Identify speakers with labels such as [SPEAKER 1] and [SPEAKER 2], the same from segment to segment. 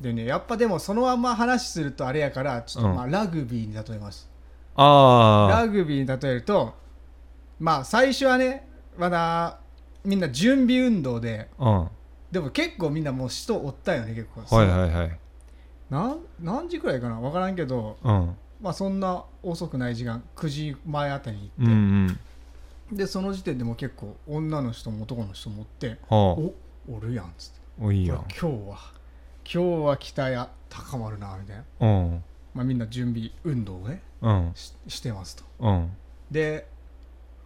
[SPEAKER 1] でねやっぱでもそのまんま話するとあれやからちょっとまあラグビーに例えます、
[SPEAKER 2] あ
[SPEAKER 1] ラグビーに例えるとまあ最初はねまだみんな準備運動で
[SPEAKER 2] あ、うん。は
[SPEAKER 1] でも結構みんなもう人おったよね結構
[SPEAKER 2] いはいはい。
[SPEAKER 1] なん何時くらいかな分からんけど
[SPEAKER 2] うん。
[SPEAKER 1] まあそんな遅くない時間9時前あたりに
[SPEAKER 2] うんう
[SPEAKER 1] 行って、
[SPEAKER 2] ん。
[SPEAKER 1] でその時点でもう結構女の人も男の人もおって
[SPEAKER 2] は
[SPEAKER 1] おおるやんっつって
[SPEAKER 2] あ。おいいや
[SPEAKER 1] 今
[SPEAKER 2] ん。
[SPEAKER 1] 日は今日は北や高まるなみたいな、
[SPEAKER 2] うん。
[SPEAKER 1] まあ、みんな準備運動をね
[SPEAKER 2] うん。
[SPEAKER 1] ししてますと
[SPEAKER 2] うん。
[SPEAKER 1] で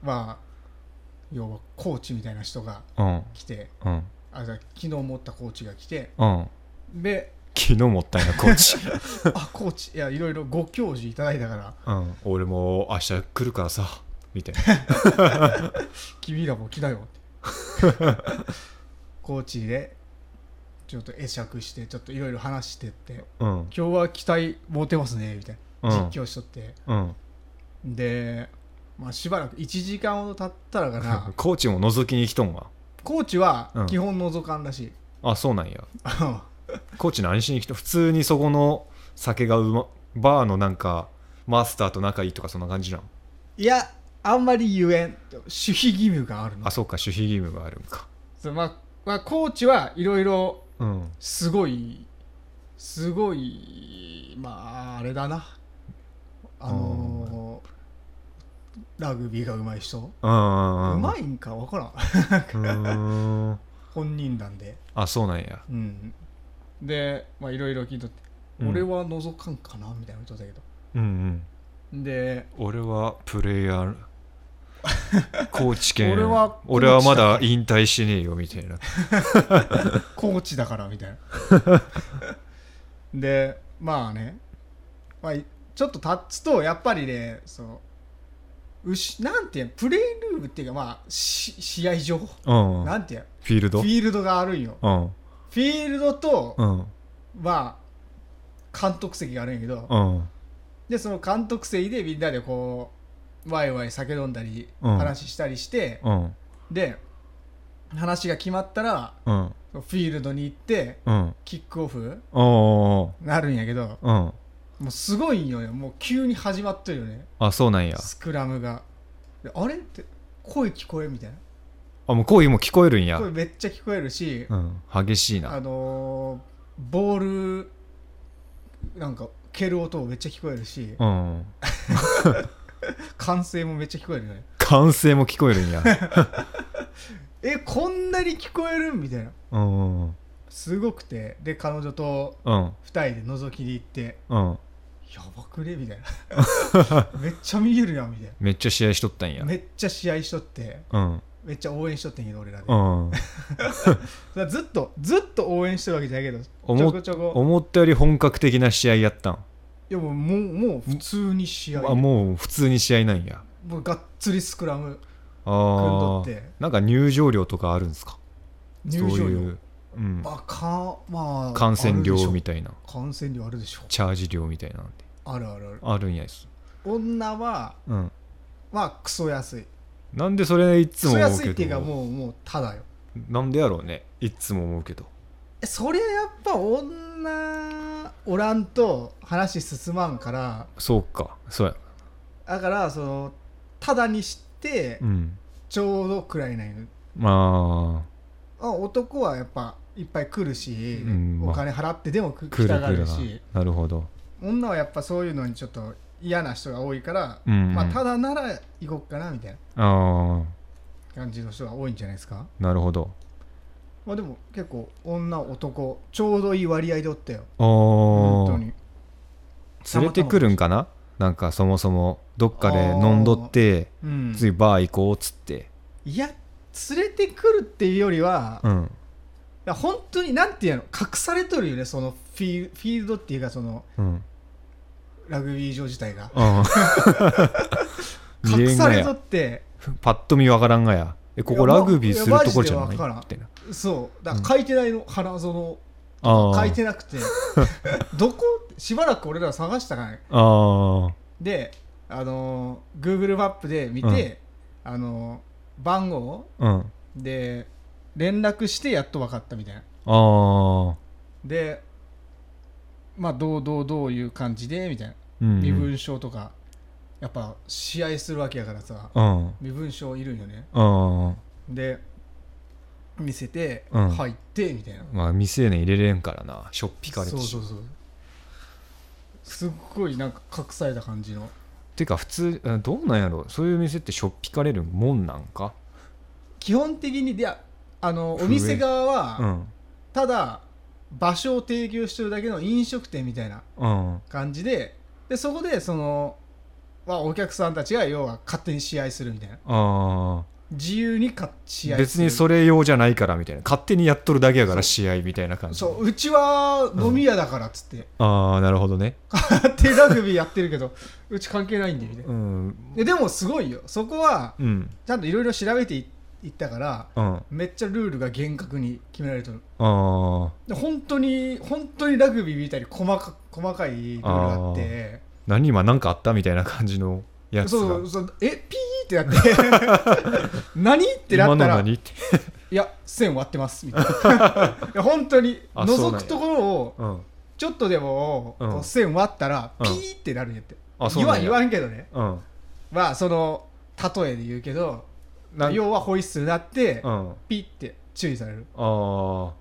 [SPEAKER 1] まあ要はコーチみたいな人が
[SPEAKER 2] うん。
[SPEAKER 1] 来て
[SPEAKER 2] うん。
[SPEAKER 1] あじゃあ昨日持ったコーチが来て
[SPEAKER 2] うん。
[SPEAKER 1] で
[SPEAKER 2] 昨日もったいな、コーチ。
[SPEAKER 1] あコーチいやいろいろご教示いただいたから
[SPEAKER 2] うん。俺も明日来るからさ。みたい
[SPEAKER 1] 君らも来なよって コーチでちょっと会釈してちょっといろいろ話してって
[SPEAKER 2] な。うん。
[SPEAKER 1] 今日は期待持てますねみたい
[SPEAKER 2] うん
[SPEAKER 1] な実況しとって、
[SPEAKER 2] うん。
[SPEAKER 1] で、まあ、しばらく1時間ほど経ったらか な
[SPEAKER 2] コーチも覗きに来とんわ。
[SPEAKER 1] コーチは
[SPEAKER 2] うん
[SPEAKER 1] 基本覗かんらしい、
[SPEAKER 2] あ、そうなんや。
[SPEAKER 1] あの
[SPEAKER 2] コーチ何しに来た普通にそこの酒がうまバーのなんかマスターと仲いいとかそんな感じなん
[SPEAKER 1] いやあんまり言えん守秘義務があるの
[SPEAKER 2] あそうか守秘義務があるんか
[SPEAKER 1] そうまあまあ、コーチはいろいろ
[SPEAKER 2] うん
[SPEAKER 1] すごいすごいまああれだなあのーラグビーがうまい人
[SPEAKER 2] うん
[SPEAKER 1] うま
[SPEAKER 2] い
[SPEAKER 1] いんか分からん
[SPEAKER 2] うん
[SPEAKER 1] 本人なんで
[SPEAKER 2] あそうなんや
[SPEAKER 1] うんでまあいろいろ聞いとって、
[SPEAKER 2] うん
[SPEAKER 1] 俺は覗かんかなみたいなことだけど
[SPEAKER 2] うんうん
[SPEAKER 1] で
[SPEAKER 2] 俺はプレイヤ ーコーチ兼
[SPEAKER 1] 俺は
[SPEAKER 2] 俺はまだ引退しねえよみたいな
[SPEAKER 1] コーチだからみたいなでまあね、まあ、いちょっと立つとやっぱりねそのうしなんていうのプレイルームっていうかまあし試合場
[SPEAKER 2] うん
[SPEAKER 1] なんていうの
[SPEAKER 2] フィール
[SPEAKER 1] フ
[SPEAKER 2] ド
[SPEAKER 1] ィールドがあるんよ
[SPEAKER 2] うん
[SPEAKER 1] フィールドと、
[SPEAKER 2] うん
[SPEAKER 1] まあ監督席があるんやけど、
[SPEAKER 2] うん
[SPEAKER 1] でその監督席でみんなでこうワイワイ酒飲んだり、
[SPEAKER 2] うん
[SPEAKER 1] 話したりして、
[SPEAKER 2] うん
[SPEAKER 1] で話が決まったら
[SPEAKER 2] うん
[SPEAKER 1] フィールドに行って
[SPEAKER 2] うん
[SPEAKER 1] キックオフ
[SPEAKER 2] おー
[SPEAKER 1] なるんやけど
[SPEAKER 2] うん
[SPEAKER 1] もうすごいんよねもう急に始まってるよね
[SPEAKER 2] あそうなんや
[SPEAKER 1] スクラムがであれって声聞こえみたいな
[SPEAKER 2] あもう声も聞こえるんや
[SPEAKER 1] 声めっちゃ聞こえるし、
[SPEAKER 2] うん激しい
[SPEAKER 1] あ
[SPEAKER 2] な
[SPEAKER 1] のーボールなんか蹴る音もめっちゃ聞こえるし、
[SPEAKER 2] うん
[SPEAKER 1] 歓声もめっちゃ聞こえるよね
[SPEAKER 2] 歓声も聞こえる んや。
[SPEAKER 1] えこんなに聞こえるみたいな
[SPEAKER 2] うんうん
[SPEAKER 1] すごくてで彼女と
[SPEAKER 2] うん
[SPEAKER 1] 2人で覗きに行って
[SPEAKER 2] うん。
[SPEAKER 1] やばくねみ たいなめっちゃ見えるやんみたい
[SPEAKER 2] めっちゃ試合しとったんや
[SPEAKER 1] な。めっちゃ試合しとって
[SPEAKER 2] うん
[SPEAKER 1] めっちゃ応援しとってんけど俺らで、
[SPEAKER 2] うん。
[SPEAKER 1] それはずっとずっと応援してるわけじゃないけどち
[SPEAKER 2] 思っ
[SPEAKER 1] ょこちょこ
[SPEAKER 2] 思ったより本格的な試合やったん。
[SPEAKER 1] いやもうもうもう普通に試合
[SPEAKER 2] あもう普通に試合なんや。
[SPEAKER 1] もうがっつりスクラム
[SPEAKER 2] ああ
[SPEAKER 1] 組んどって。
[SPEAKER 2] なんか入場料とかあるんですか
[SPEAKER 1] 入場
[SPEAKER 2] そう
[SPEAKER 1] 料
[SPEAKER 2] いう、うん、
[SPEAKER 1] まあかまあ
[SPEAKER 2] 感染料み
[SPEAKER 1] た
[SPEAKER 2] たいな。
[SPEAKER 1] 感染料あるでしょ
[SPEAKER 2] チャージ料みたいなんて。
[SPEAKER 1] あるあるある
[SPEAKER 2] あるんやです。
[SPEAKER 1] 女は
[SPEAKER 2] うん。
[SPEAKER 1] まあクソ安い
[SPEAKER 2] なんでそれいつ
[SPEAKER 1] クソ
[SPEAKER 2] も思う
[SPEAKER 1] 安いっ
[SPEAKER 2] け
[SPEAKER 1] ていうか
[SPEAKER 2] ど。
[SPEAKER 1] もうもうただよ
[SPEAKER 2] なんでやろうね。いつも思うけど。
[SPEAKER 1] えそれやっぱ女おらんと話進まんから
[SPEAKER 2] そうか。そうや。
[SPEAKER 1] だからそのただにして
[SPEAKER 2] うん。
[SPEAKER 1] ちょうどくらいなんよ
[SPEAKER 2] まあ、
[SPEAKER 1] あ男はやっぱいっぱい来るし、
[SPEAKER 2] うん
[SPEAKER 1] お金払ってでもく
[SPEAKER 2] 来
[SPEAKER 1] 来
[SPEAKER 2] る
[SPEAKER 1] たが
[SPEAKER 2] 来
[SPEAKER 1] る
[SPEAKER 2] るな
[SPEAKER 1] し。
[SPEAKER 2] なるほど。
[SPEAKER 1] 女はやっぱそういうのにちょっと嫌な人が多いから、
[SPEAKER 2] うんうん
[SPEAKER 1] まあ、ただなら行こっかなみたいな
[SPEAKER 2] ああ、
[SPEAKER 1] 感じの人が多いんじゃないですか、
[SPEAKER 2] なるほど。
[SPEAKER 1] まあ、でも結構女男ちょうどいい割合でおったよ
[SPEAKER 2] お
[SPEAKER 1] 本当
[SPEAKER 2] ー
[SPEAKER 1] に
[SPEAKER 2] 連れてくるんかななんかそもそもどっかで飲んどって
[SPEAKER 1] うん
[SPEAKER 2] 次バー行こうっつって
[SPEAKER 1] いや連れてくるっていうよりは、
[SPEAKER 2] う
[SPEAKER 1] い
[SPEAKER 2] ん
[SPEAKER 1] や本当になんていうの隠されとるよねそのフィールフィールドっていうかその
[SPEAKER 2] うん
[SPEAKER 1] ラグビー場自体が
[SPEAKER 2] うん見
[SPEAKER 1] 隠
[SPEAKER 2] えん
[SPEAKER 1] さ
[SPEAKER 2] が
[SPEAKER 1] れとっ
[SPEAKER 2] や
[SPEAKER 1] て
[SPEAKER 2] パッと見わからんがやえここラグビーするところじゃない
[SPEAKER 1] いやま
[SPEAKER 2] みたいな
[SPEAKER 1] そうだから書いてないの、花園
[SPEAKER 2] あ
[SPEAKER 1] 書い
[SPEAKER 2] ー
[SPEAKER 1] てなくて どこしばらく俺ら探したからね
[SPEAKER 2] あー
[SPEAKER 1] であのー Google マップで見て、あのー番号
[SPEAKER 2] うん
[SPEAKER 1] で連絡してやっと分かったみたいな
[SPEAKER 2] あー
[SPEAKER 1] でまあどうどうどういう感じでみたいな
[SPEAKER 2] うんうん
[SPEAKER 1] 身分証とかやっぱ試合するわけやからさ
[SPEAKER 2] うん
[SPEAKER 1] 身分証いるんよね
[SPEAKER 2] うん
[SPEAKER 1] で見せて
[SPEAKER 2] うん
[SPEAKER 1] 入ってみたいな、
[SPEAKER 2] まあ未成年入れれんからなしょっぴかれて
[SPEAKER 1] そう
[SPEAKER 2] し
[SPEAKER 1] そうそうすっごいなんか隠された感じの
[SPEAKER 2] てか普通あどうなんやろそういう店ってしょっぴかれるもんなんか
[SPEAKER 1] 基本的にいやあのお店側
[SPEAKER 2] う
[SPEAKER 1] は
[SPEAKER 2] ん
[SPEAKER 1] ただ場所を提供してるだけの飲食店みたいな
[SPEAKER 2] うん
[SPEAKER 1] 感じででそこでその、まあ、お客さんたちが要は勝手に試合するみたいな
[SPEAKER 2] あ
[SPEAKER 1] 自由にか試
[SPEAKER 2] ー
[SPEAKER 1] 合す
[SPEAKER 2] 別
[SPEAKER 1] る
[SPEAKER 2] にそれ用じゃないからみたいな勝手にやっとるだけやか
[SPEAKER 1] そう
[SPEAKER 2] ら試合みたいな感じ
[SPEAKER 1] そううちは飲み屋だからっつって、
[SPEAKER 2] ああなるほどね
[SPEAKER 1] 勝手にラグビーやってるけどうち関係ないんでみたいな
[SPEAKER 2] うん
[SPEAKER 1] ででもすごいよそこは
[SPEAKER 2] うん
[SPEAKER 1] ちゃんといろいろ調べていいったから
[SPEAKER 2] うんあ
[SPEAKER 1] めっちゃルールが厳格に決められてる
[SPEAKER 2] あ
[SPEAKER 1] で本当に本当にラグビーみたいに細か細かいルールがあって
[SPEAKER 2] 何今何かあったみたいな感じのやつ
[SPEAKER 1] そう
[SPEAKER 2] が
[SPEAKER 1] そうえピーってなって 何ってな
[SPEAKER 2] 今
[SPEAKER 1] っ
[SPEAKER 2] の
[SPEAKER 1] たら
[SPEAKER 2] 何って
[SPEAKER 1] いや線割ってますみたいな いや本当に
[SPEAKER 2] あそうなん
[SPEAKER 1] 覗
[SPEAKER 2] や
[SPEAKER 1] くところを
[SPEAKER 2] うん
[SPEAKER 1] ちょっとでも、
[SPEAKER 2] うん
[SPEAKER 1] こう線割ったら
[SPEAKER 2] うん
[SPEAKER 1] ピーってなるんやって、
[SPEAKER 2] あそう
[SPEAKER 1] 言
[SPEAKER 2] な
[SPEAKER 1] わ
[SPEAKER 2] ん
[SPEAKER 1] ん
[SPEAKER 2] や
[SPEAKER 1] 言わんけどね
[SPEAKER 2] うん
[SPEAKER 1] まあその例えで言うけど
[SPEAKER 2] なん
[SPEAKER 1] 要はホイッスルなって、
[SPEAKER 2] うん
[SPEAKER 1] ピーって注意される
[SPEAKER 2] ああ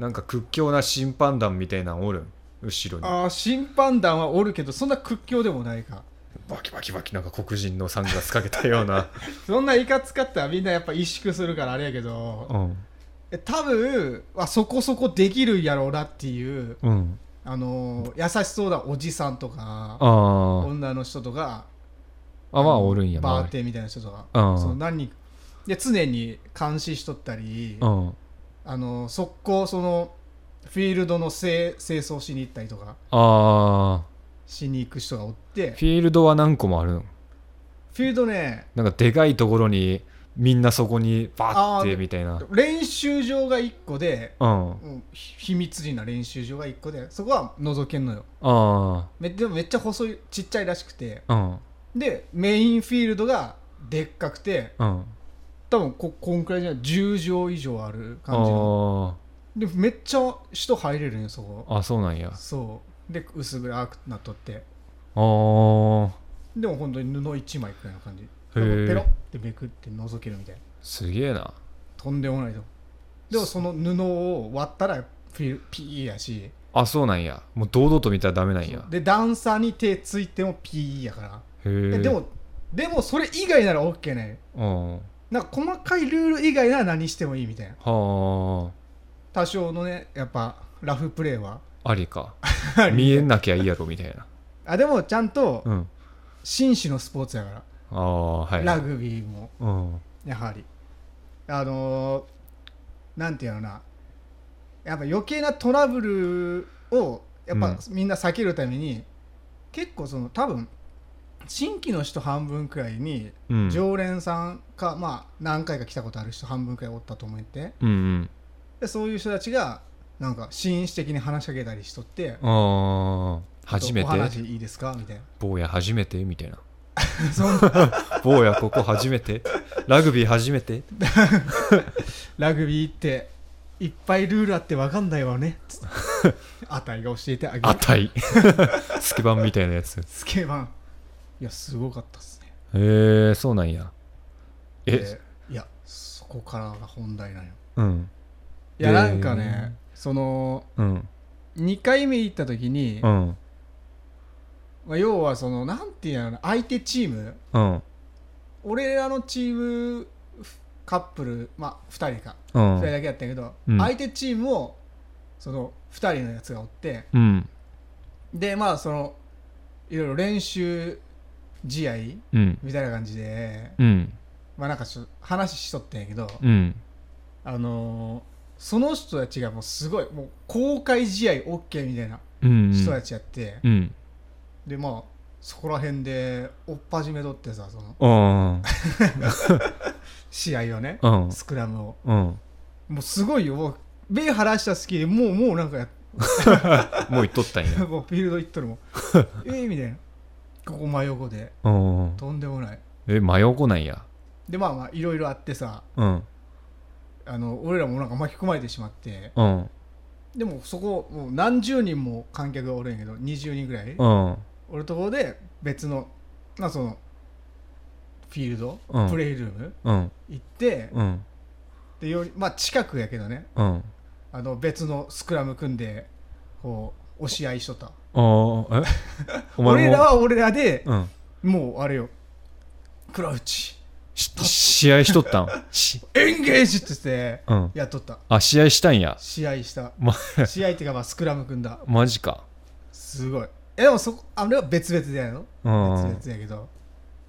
[SPEAKER 2] なんか屈強な審判団みたいなのおるん後ろに
[SPEAKER 1] ああ審判団はおるけどそんな屈強でもないか
[SPEAKER 2] バキバキバキなんか黒人のサングラスかけたよう な
[SPEAKER 1] そんないかつかったらみんなやっぱ萎縮するからあれやけど
[SPEAKER 2] うん
[SPEAKER 1] え多分あそこそこできるんやろうなっていう、
[SPEAKER 2] うん
[SPEAKER 1] あのー優しそうなおじさんとか
[SPEAKER 2] あー
[SPEAKER 1] 女の人とか
[SPEAKER 2] あまあおるんや
[SPEAKER 1] バ
[SPEAKER 2] 周
[SPEAKER 1] ー
[SPEAKER 2] り
[SPEAKER 1] テンみたいな人とか
[SPEAKER 2] うん
[SPEAKER 1] その何人で常に監視しとったり
[SPEAKER 2] うん
[SPEAKER 1] あの速攻そのフィールドの清清掃しに行ったりとか
[SPEAKER 2] あ
[SPEAKER 1] しに行く人がおっ
[SPEAKER 2] ー
[SPEAKER 1] て
[SPEAKER 2] フィールドは何個もあるん
[SPEAKER 1] フィールドね
[SPEAKER 2] なんかでかいところにみんなそこにバーって
[SPEAKER 1] あー
[SPEAKER 2] みたいな
[SPEAKER 1] 練習場が1個で、
[SPEAKER 2] うんあ
[SPEAKER 1] うんひ秘密裏な練習場が1個でそこは覗けんのよ
[SPEAKER 2] あ
[SPEAKER 1] めでもめっちゃ細いちっちゃいらしくて
[SPEAKER 2] うん
[SPEAKER 1] でメインフィールドがでっかくて
[SPEAKER 2] うん
[SPEAKER 1] 多分ここんくらいじゃない10畳以上ある
[SPEAKER 2] あ
[SPEAKER 1] 感じの
[SPEAKER 2] ー
[SPEAKER 1] でめっちゃ人入れるんよそこ
[SPEAKER 2] あそうなんや
[SPEAKER 1] そうで薄暗くなっとって
[SPEAKER 2] あー
[SPEAKER 1] でも本当に布一枚くらいの感じペ
[SPEAKER 2] ー
[SPEAKER 1] ロってめくって覗けるみたいな
[SPEAKER 2] すげえな
[SPEAKER 1] とんでもないとでもその布を割ったらピーピーやし
[SPEAKER 2] あそうなんやもう堂々と見たらダメなんや
[SPEAKER 1] で段差に手ついてもピーやから
[SPEAKER 2] へ
[SPEAKER 1] え
[SPEAKER 2] え
[SPEAKER 1] でもでもそれ以外なら OK ね
[SPEAKER 2] うんは
[SPEAKER 1] なんか細かいルール以外なら何してもいいみたいな
[SPEAKER 2] あ
[SPEAKER 1] 多少のねやっぱラフプレーは
[SPEAKER 2] ありか
[SPEAKER 1] あり
[SPEAKER 2] 見えなきゃいいやろみたいな
[SPEAKER 1] あでもちゃんと
[SPEAKER 2] うん
[SPEAKER 1] 紳士のスポーツやから、
[SPEAKER 2] ああはい
[SPEAKER 1] ラグビーも
[SPEAKER 2] うん
[SPEAKER 1] やはりあのーなんていうのかなやっぱ余計なトラブルをやっ
[SPEAKER 2] うん
[SPEAKER 1] ぱみんな避けるために、結構その多分新規の人半分くらいに
[SPEAKER 2] うん
[SPEAKER 1] 常連さんか、まあ何回か来たことある人半分くらいおったと思って
[SPEAKER 2] うんうん
[SPEAKER 1] でそういう人たちがなんか紳士的に話しかけたりしとって
[SPEAKER 2] ああ初め
[SPEAKER 1] お話
[SPEAKER 2] て
[SPEAKER 1] いいですかみたい
[SPEAKER 2] 坊や初めてみたいな
[SPEAKER 1] な そんな
[SPEAKER 2] 坊やここ初 めてラグビー初めて
[SPEAKER 1] ラグビーっていっぱいルールあって分かんないわねつって あたいが教えてあげる
[SPEAKER 2] あ たいスケバンみたいなやつへ
[SPEAKER 1] スケバンいやすごかったっすね
[SPEAKER 2] えそうなんやえ
[SPEAKER 1] でいやそこからが本題なんよ
[SPEAKER 2] うん
[SPEAKER 1] いや
[SPEAKER 2] で
[SPEAKER 1] なんかねその
[SPEAKER 2] うん
[SPEAKER 1] 2回目行った時に、
[SPEAKER 2] うん
[SPEAKER 1] まあ、要はそのなんていうのかな相手チーム
[SPEAKER 2] うん
[SPEAKER 1] 俺らのチームカップルまあ2人か
[SPEAKER 2] う
[SPEAKER 1] 2人
[SPEAKER 2] ん
[SPEAKER 1] だけやったけど、
[SPEAKER 2] うん
[SPEAKER 1] 相手チームをその2人のやつがおって
[SPEAKER 2] うん
[SPEAKER 1] でまあそのいろいろ練習試合
[SPEAKER 2] うん
[SPEAKER 1] みたいな感じで
[SPEAKER 2] うん
[SPEAKER 1] まあなんかちょっと話しとったんやけど、
[SPEAKER 2] うん
[SPEAKER 1] あのーその人たちがもうすごいもう公開試合 OK みたいな
[SPEAKER 2] うん
[SPEAKER 1] 人たちやって、
[SPEAKER 2] うん
[SPEAKER 1] でまあそこら辺で追っ始めとってさその
[SPEAKER 2] うん
[SPEAKER 1] 試合をね、
[SPEAKER 2] うん
[SPEAKER 1] スクラムを
[SPEAKER 2] うん
[SPEAKER 1] もうすごいよもう目晴らした隙でもうもうなんかやっ
[SPEAKER 2] もう言っとったんや
[SPEAKER 1] もうフィールド行っとる もんえーみたいなここ真横で
[SPEAKER 2] うん
[SPEAKER 1] とんでもない
[SPEAKER 2] え真横なんや
[SPEAKER 1] でまあまあいろいろあってさ
[SPEAKER 2] うん
[SPEAKER 1] あの俺らもなんか巻き込まれてしまって
[SPEAKER 2] うん
[SPEAKER 1] でもそこもう何十人も観客がおるんやけど20人ぐらい、
[SPEAKER 2] うん
[SPEAKER 1] おるところで別のまあそのフィールド、
[SPEAKER 2] うん
[SPEAKER 1] プレイルーム
[SPEAKER 2] うん
[SPEAKER 1] 行って、
[SPEAKER 2] うん
[SPEAKER 1] でよりまあ近くやけどね
[SPEAKER 2] うん
[SPEAKER 1] あの別のスクラム組んでこう押し合いしとった
[SPEAKER 2] ああえお前も
[SPEAKER 1] 俺らは俺らで、
[SPEAKER 2] うん
[SPEAKER 1] もうあれよクラウチ
[SPEAKER 2] し試合しとったんし
[SPEAKER 1] エンゲージってって
[SPEAKER 2] うん
[SPEAKER 1] やっとった
[SPEAKER 2] あ試合したんや
[SPEAKER 1] 試合した
[SPEAKER 2] ま
[SPEAKER 1] 試合っていうかまあスクラム組んだ
[SPEAKER 2] マジか
[SPEAKER 1] すごいえでもそこあれは別々でやの
[SPEAKER 2] う
[SPEAKER 1] 別
[SPEAKER 2] ん
[SPEAKER 1] 々やけど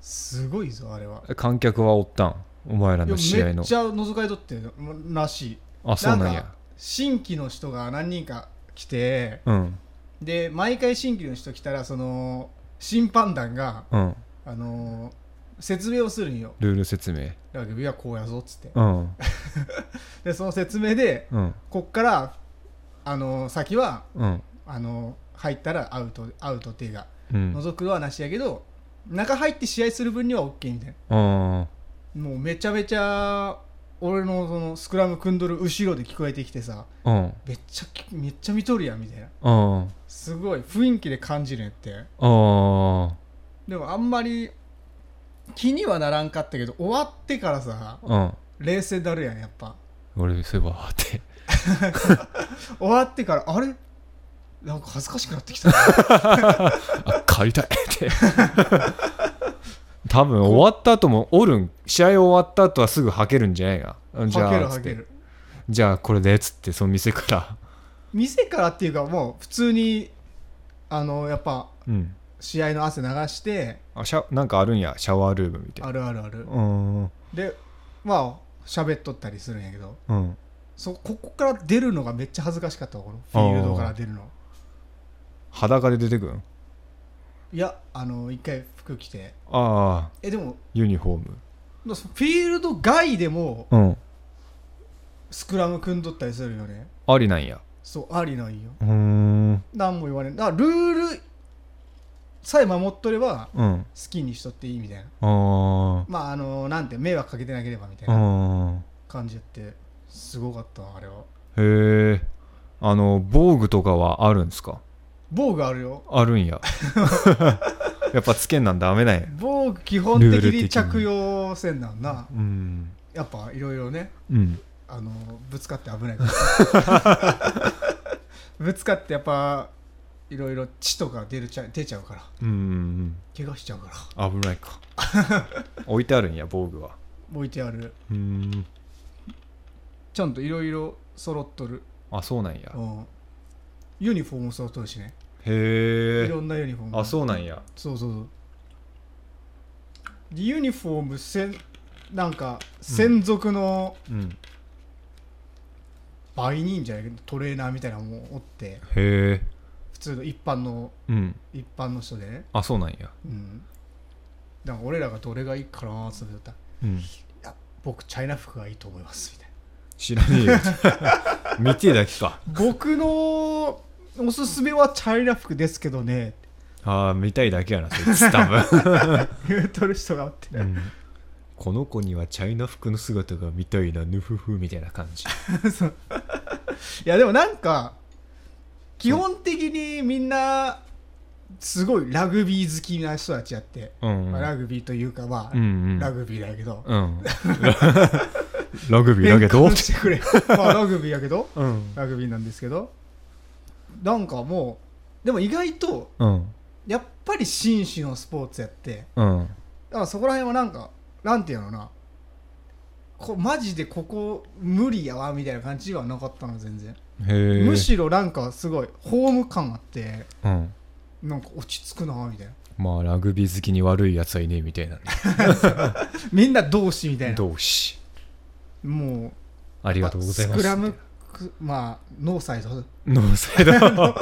[SPEAKER 1] すごいぞあれは
[SPEAKER 2] 観客はおったんお前ら
[SPEAKER 1] いや
[SPEAKER 2] の試合
[SPEAKER 1] め
[SPEAKER 2] の
[SPEAKER 1] っちゃ覗かれとってるらしい
[SPEAKER 2] あそうなんや
[SPEAKER 1] か新規の人が何人か来て
[SPEAKER 2] うん
[SPEAKER 1] で毎回新規の人来たらその審判団が
[SPEAKER 2] うん
[SPEAKER 1] あの説明をするんよ
[SPEAKER 2] ルール説明
[SPEAKER 1] ラグビーはこうやぞっつって
[SPEAKER 2] うん
[SPEAKER 1] でその説明で
[SPEAKER 2] うん
[SPEAKER 1] こっからあの先は
[SPEAKER 2] うん
[SPEAKER 1] あの入ったらアウトアウトっていうか
[SPEAKER 2] うん
[SPEAKER 1] 覗くのはなしやけど中入って試合する分には OK みたい
[SPEAKER 2] うん
[SPEAKER 1] なもうめちゃめちゃ俺のそのスクラム組んどる後ろで聞こえてきてさ
[SPEAKER 2] うん
[SPEAKER 1] めっちゃきめっちゃ見とるやんみたいな
[SPEAKER 2] うん
[SPEAKER 1] すごい雰囲気で感じるんやって
[SPEAKER 2] うん
[SPEAKER 1] でもあんまり気にはならんかったけど終わってからさ
[SPEAKER 2] うん
[SPEAKER 1] 冷静になるやんやっぱ
[SPEAKER 2] 俺そういえばって
[SPEAKER 1] 終わってからあれなんか恥ずかしくなってきた
[SPEAKER 2] あ帰りたいって 多分終わった後もおるん試合終わった後はすぐはけるんじゃないか じ
[SPEAKER 1] はけ
[SPEAKER 2] ゃ
[SPEAKER 1] る
[SPEAKER 2] あつ
[SPEAKER 1] は
[SPEAKER 2] っ
[SPEAKER 1] け
[SPEAKER 2] て
[SPEAKER 1] る
[SPEAKER 2] じゃあこれでっつってその店か
[SPEAKER 1] 店からっていうかもう普通にあのやっぱ
[SPEAKER 2] らうん
[SPEAKER 1] 試合の汗流して
[SPEAKER 2] あシャなんかあるんやシャワールームみたいな
[SPEAKER 1] あるあるある
[SPEAKER 2] うんうん
[SPEAKER 1] でまあ喋っとったりするんやけど
[SPEAKER 2] うん
[SPEAKER 1] そここから出るのがめっちゃ恥ずかしかったわこのフィールドから出るの
[SPEAKER 2] 裸で出てくん
[SPEAKER 1] いやあの一回服着て
[SPEAKER 2] ああ
[SPEAKER 1] えでも
[SPEAKER 2] ユニフォーム
[SPEAKER 1] フィールド外でも
[SPEAKER 2] うん
[SPEAKER 1] スクラム組んどったりするよね
[SPEAKER 2] ありなんや
[SPEAKER 1] そうありなんよ
[SPEAKER 2] うーん
[SPEAKER 1] 何も言われんだからルールさえ守っとれば
[SPEAKER 2] うん
[SPEAKER 1] 好きにしとっていいみたいな
[SPEAKER 2] あ
[SPEAKER 1] まああのなんて迷惑かけてなければみたい
[SPEAKER 2] あう
[SPEAKER 1] なん感じやってすごかったわあれは
[SPEAKER 2] へえあの防具とかはあるんですか
[SPEAKER 1] 防具あるよ
[SPEAKER 2] あるんや やっぱつけんなんダメなんや
[SPEAKER 1] 防具基本的
[SPEAKER 2] ルール的
[SPEAKER 1] に
[SPEAKER 2] に
[SPEAKER 1] 着用せんなんな
[SPEAKER 2] うん
[SPEAKER 1] やっぱいろいろね
[SPEAKER 2] うん
[SPEAKER 1] あのぶつかって危ないから ぶつかってやっぱいろいろ血とか出るちゃ出ちゃうから
[SPEAKER 2] うんうん
[SPEAKER 1] 怪我しちゃうから
[SPEAKER 2] うん危ないか置いてあるんや防具は
[SPEAKER 1] 置いてある
[SPEAKER 2] うん
[SPEAKER 1] ちゃんといろいろ揃っとる、
[SPEAKER 2] あそうなんや
[SPEAKER 1] うん、ユニフォームも揃っとるしねい
[SPEAKER 2] へえ
[SPEAKER 1] ろんなユニフォーム
[SPEAKER 2] あそうなんや
[SPEAKER 1] そうそうそうでユニフォームせんなんか専属の
[SPEAKER 2] うん
[SPEAKER 1] 売人じゃないけどトレーナーみたいなのもおって
[SPEAKER 2] へえ
[SPEAKER 1] 普通の一般の
[SPEAKER 2] うん
[SPEAKER 1] 一般の人でね
[SPEAKER 2] あそうなんや
[SPEAKER 1] うんだから俺らがどれがいいかなーって言ったら
[SPEAKER 2] うん
[SPEAKER 1] いや僕チャイナ服がいいと思いますみたい
[SPEAKER 2] 知らねえよ 見てだけか
[SPEAKER 1] な 僕のおすすめはチャイナ服ですけどねって
[SPEAKER 2] ああ見たいだけやなそいつ多分、
[SPEAKER 1] 言うとる人がおって、
[SPEAKER 2] うんこの子にはチャイナ服の姿が見たいなヌフフみたいな感じ
[SPEAKER 1] そういやでもなんか基本的にみんなすごいラグビー好きな人たちやって、
[SPEAKER 2] うんう
[SPEAKER 1] まあ、
[SPEAKER 2] ん
[SPEAKER 1] ラグビーというかまあ、
[SPEAKER 2] うんうん
[SPEAKER 1] ラグビーだけど、
[SPEAKER 2] うん。ラグビーだけど
[SPEAKER 1] 勉強。してくれ まあラグビーやけど
[SPEAKER 2] うん。
[SPEAKER 1] ラグビーなんですけどなんかもうでも意外と
[SPEAKER 2] うん。
[SPEAKER 1] やっぱり紳士のスポーツやって
[SPEAKER 2] うん。
[SPEAKER 1] だからそこら辺はなんかなんていうのかなこマジでここ無理やわみたいな感じはなかったの全然
[SPEAKER 2] へえ。
[SPEAKER 1] むしろなんかすごいホーム感あって
[SPEAKER 2] うん。
[SPEAKER 1] なんか落ち着くなみたいな
[SPEAKER 2] まあ、ラグビー好きに悪いやつはいねえみたいなん
[SPEAKER 1] みんな同志みたい
[SPEAKER 2] で。
[SPEAKER 1] な
[SPEAKER 2] 同志。
[SPEAKER 1] もう
[SPEAKER 2] ありがとうございます。
[SPEAKER 1] スクラムくまあノーサイド
[SPEAKER 2] ノーサイド。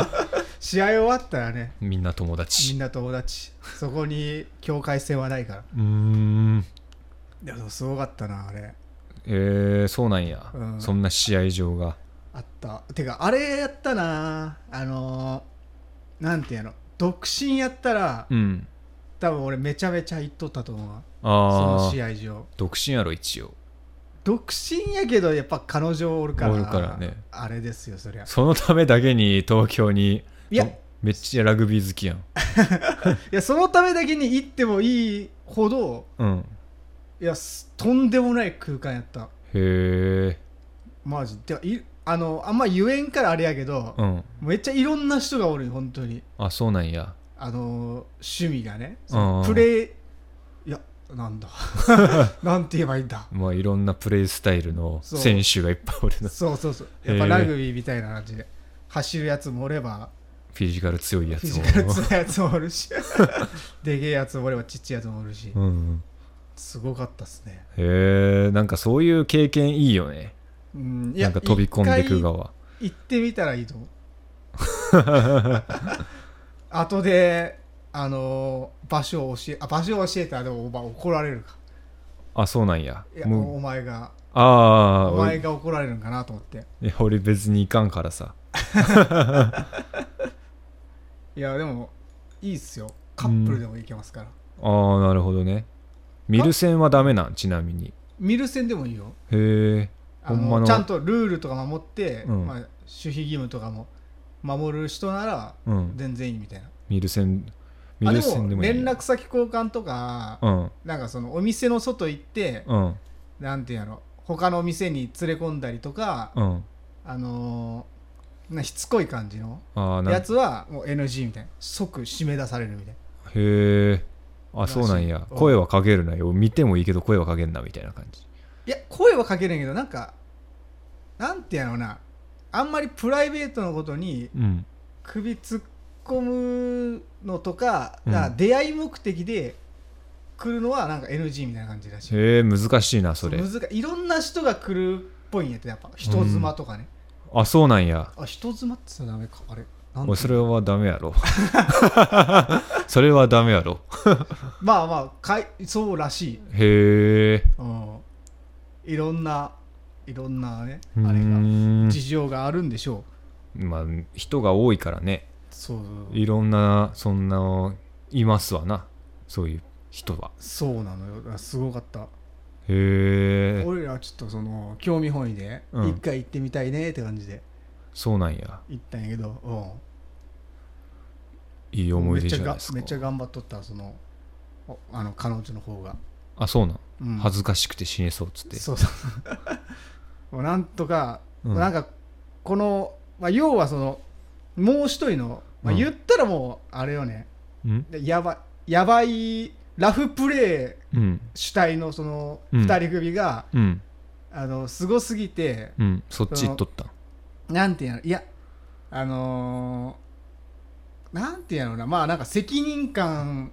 [SPEAKER 1] 試合終わったらね
[SPEAKER 2] みんな友
[SPEAKER 1] みん
[SPEAKER 2] 達。
[SPEAKER 1] な友達そこに境界線はないから
[SPEAKER 2] うーん。
[SPEAKER 1] いやでもすごかったなあれ
[SPEAKER 2] えー、そうなんや、
[SPEAKER 1] うん
[SPEAKER 2] そんな試合場が。
[SPEAKER 1] あったてかあれやったなあのーなんていうの独身やったら
[SPEAKER 2] うん。
[SPEAKER 1] 多分俺めちゃめちゃ行っとったと思うわそ
[SPEAKER 2] あ
[SPEAKER 1] の試
[SPEAKER 2] あ。
[SPEAKER 1] 合上
[SPEAKER 2] 独身やろ、一応。
[SPEAKER 1] 独身やけどやっぱ彼女おるから
[SPEAKER 2] おるからね
[SPEAKER 1] あれですよそりゃ
[SPEAKER 2] そのためだけに東京に
[SPEAKER 1] いや
[SPEAKER 2] とめっちゃラグビー好きやん
[SPEAKER 1] いやそのためだけに行ってもいいほど
[SPEAKER 2] うん
[SPEAKER 1] いやすとんでもない空間やった
[SPEAKER 2] へえ
[SPEAKER 1] マジでいあのあんま言えんからあれやけど、
[SPEAKER 2] うん
[SPEAKER 1] めっちゃいろんな人がおるよ本当に
[SPEAKER 2] あそうなんや
[SPEAKER 1] あの趣味がね
[SPEAKER 2] うんうん
[SPEAKER 1] プレイいやなん だなんて言えばいいんだ
[SPEAKER 2] まあいろんなプレイスタイルの
[SPEAKER 1] そう
[SPEAKER 2] 選手がいっぱいおるな
[SPEAKER 1] そうそうそう
[SPEAKER 2] へ
[SPEAKER 1] や
[SPEAKER 2] ー
[SPEAKER 1] っぱラグビーみたいな感じで走るやつもおれば
[SPEAKER 2] フィジカル強いや
[SPEAKER 1] フ
[SPEAKER 2] つ
[SPEAKER 1] ィ
[SPEAKER 2] も
[SPEAKER 1] ジカル強いやつもおる しでけえやつもおればちっちゃいやつもおるし
[SPEAKER 2] うんうん、
[SPEAKER 1] すごかったっすね、
[SPEAKER 2] へえんかそういう経験いいよね
[SPEAKER 1] うん、い
[SPEAKER 2] なんか飛び込んでく
[SPEAKER 1] 一回
[SPEAKER 2] 側
[SPEAKER 1] 行ってみたらいいと思 う後であの場所を教えあ場所を教えたらでもお前怒られるか
[SPEAKER 2] あそうなんや
[SPEAKER 1] いや
[SPEAKER 2] もう
[SPEAKER 1] お前が
[SPEAKER 2] ああ
[SPEAKER 1] お前
[SPEAKER 2] 俺
[SPEAKER 1] が怒られるんかなと思って
[SPEAKER 2] いや俺別にいかんからさ
[SPEAKER 1] いやでもいいっすよカップルでも行けますから、
[SPEAKER 2] ああなるほどね見る線はダメなんちなみに
[SPEAKER 1] 見る線でもいいよ
[SPEAKER 2] へえ
[SPEAKER 1] あ
[SPEAKER 2] ほんま
[SPEAKER 1] の
[SPEAKER 2] の
[SPEAKER 1] ちゃんとルールとか守って、
[SPEAKER 2] うん
[SPEAKER 1] まあ、守秘義務とかも守る人なら
[SPEAKER 2] うん
[SPEAKER 1] 全然いいみたいな、
[SPEAKER 2] 見る線見
[SPEAKER 1] あで
[SPEAKER 2] る線で
[SPEAKER 1] も
[SPEAKER 2] もいい
[SPEAKER 1] 連絡先交換とか、
[SPEAKER 2] うん
[SPEAKER 1] なんかそのお店の外行って、
[SPEAKER 2] うん
[SPEAKER 1] なんていうの他のお店に連れ込んだりとか、
[SPEAKER 2] うん
[SPEAKER 1] あのーなしつこい感じの
[SPEAKER 2] ああな
[SPEAKER 1] や
[SPEAKER 2] ん
[SPEAKER 1] つはもう NG みたいな即締め出されるみたいな
[SPEAKER 2] へえあそうなんや
[SPEAKER 1] らしいうん
[SPEAKER 2] 声はかけるなよ見てもいいけど声はかけんなみたいな感じ
[SPEAKER 1] いや声はかけるんやけどなんかなんていうのなあんまりプライベートのことに
[SPEAKER 2] うん
[SPEAKER 1] 首突っ込むのとか,、
[SPEAKER 2] うん
[SPEAKER 1] 出会い目的で来るのはなんか NG みたいな感じらしい
[SPEAKER 2] へえ難しいなそれ
[SPEAKER 1] 難いろんな人が来るっぽいんやってやっぱ人妻とかね、
[SPEAKER 2] あそうなんや
[SPEAKER 1] あ人妻って言ったらダメかあれなんて
[SPEAKER 2] おいそれはダメやろ それはダメやろ
[SPEAKER 1] まあまあかいそうらしい、
[SPEAKER 2] へえ
[SPEAKER 1] うん、いろんないろんなね
[SPEAKER 2] う
[SPEAKER 1] あれが
[SPEAKER 2] ーん
[SPEAKER 1] 事情があるんでしょ
[SPEAKER 2] まあ人が多いからね
[SPEAKER 1] うそう
[SPEAKER 2] いろんなそんないますわなそういう人は
[SPEAKER 1] そうなのよすごかった
[SPEAKER 2] へえ
[SPEAKER 1] 俺らちょっとその興味本位で
[SPEAKER 2] うん
[SPEAKER 1] 一回行ってみたいねって感じで
[SPEAKER 2] そうなんや
[SPEAKER 1] 行ったんやけど、うん
[SPEAKER 2] いい思い
[SPEAKER 1] め
[SPEAKER 2] 出
[SPEAKER 1] っち
[SPEAKER 2] じ
[SPEAKER 1] ゃ
[SPEAKER 2] ゃな
[SPEAKER 1] が
[SPEAKER 2] いですか
[SPEAKER 1] めっちゃ頑張っとったそのおあの彼女の方が、
[SPEAKER 2] あそうなん
[SPEAKER 1] うん
[SPEAKER 2] 恥ずかしくて死ねそうっつって
[SPEAKER 1] そうそうもう なんとか、
[SPEAKER 2] うん
[SPEAKER 1] なんかこの、まあ、要はそのもう一人の、まあ、
[SPEAKER 2] うん
[SPEAKER 1] 言ったらもうあれよね、
[SPEAKER 2] うん
[SPEAKER 1] でやばやばいラフプレー
[SPEAKER 2] うん
[SPEAKER 1] 主体のその
[SPEAKER 2] うん
[SPEAKER 1] 二人組が、
[SPEAKER 2] うん
[SPEAKER 1] あのすごすぎて
[SPEAKER 2] うんそっち行っとったん
[SPEAKER 1] なんていうのいやあのーなんていうのなまあなんか責任感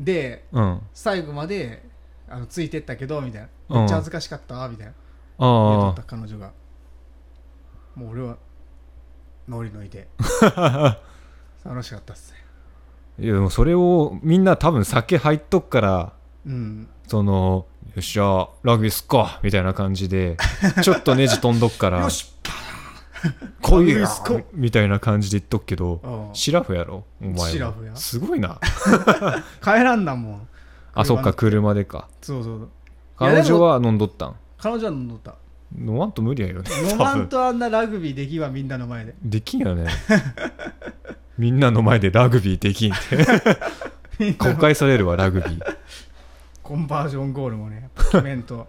[SPEAKER 1] で
[SPEAKER 2] うんあ
[SPEAKER 1] 最後まであのついてったけどみたい
[SPEAKER 2] うん
[SPEAKER 1] なめっちゃ恥ずかしかったみたいな言うとっ
[SPEAKER 2] あ
[SPEAKER 1] た彼女がもう俺はノリノリ で楽しかったっすね
[SPEAKER 2] いやでもそれをみんな多分酒入っとくから
[SPEAKER 1] うん
[SPEAKER 2] そのよっしゃラグビーすっかみたいな感 じでちょっとネジ飛んどっから
[SPEAKER 1] よし
[SPEAKER 2] 来
[SPEAKER 1] ラグビ
[SPEAKER 2] いよ
[SPEAKER 1] ーすっか
[SPEAKER 2] みたいな感じで言っとくけど
[SPEAKER 1] うん
[SPEAKER 2] シラフやろお前は
[SPEAKER 1] シラフや
[SPEAKER 2] すご いな
[SPEAKER 1] 帰らんだもん
[SPEAKER 2] あそっか車でか
[SPEAKER 1] そうそうそういや
[SPEAKER 2] 彼女は飲んどったん
[SPEAKER 1] 彼女は飲んどった
[SPEAKER 2] 飲まんと無理やよね
[SPEAKER 1] 飲
[SPEAKER 2] 多
[SPEAKER 1] まん
[SPEAKER 2] 分
[SPEAKER 1] とあんなラグビーできんわみんなの前で
[SPEAKER 2] できんよね みんなの前でラグビーできんって
[SPEAKER 1] みんな
[SPEAKER 2] 誤
[SPEAKER 1] の
[SPEAKER 2] 解されるわラグビー
[SPEAKER 1] コンバージョンゴールもね決めんと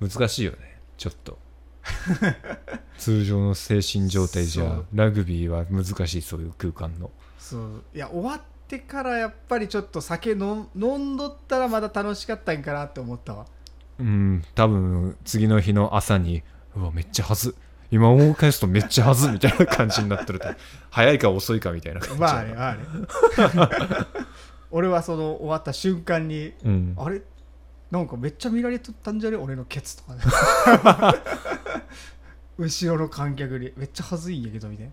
[SPEAKER 2] 難しいよねちょっ と通常の精神状態じ
[SPEAKER 1] そ
[SPEAKER 2] ゃ
[SPEAKER 1] う
[SPEAKER 2] ラグビーは難しいそういう空間の
[SPEAKER 1] そういや終わってからやっぱりちょっと酒飲ん飲んどったらまだ楽しかったんかなって思ったわ
[SPEAKER 2] うん多分次の日の朝にうわめっちゃはず今思い返すとめっちゃはずみたいな感じになってると 早いか遅いかみたいな感じ
[SPEAKER 1] まああれまああれ 俺はその終わった瞬間に
[SPEAKER 2] うん、
[SPEAKER 1] あれなんかめっちゃ見られとったんじゃね俺のケツと かね後ろの観客にめっちゃ恥ずいんやけどみたいな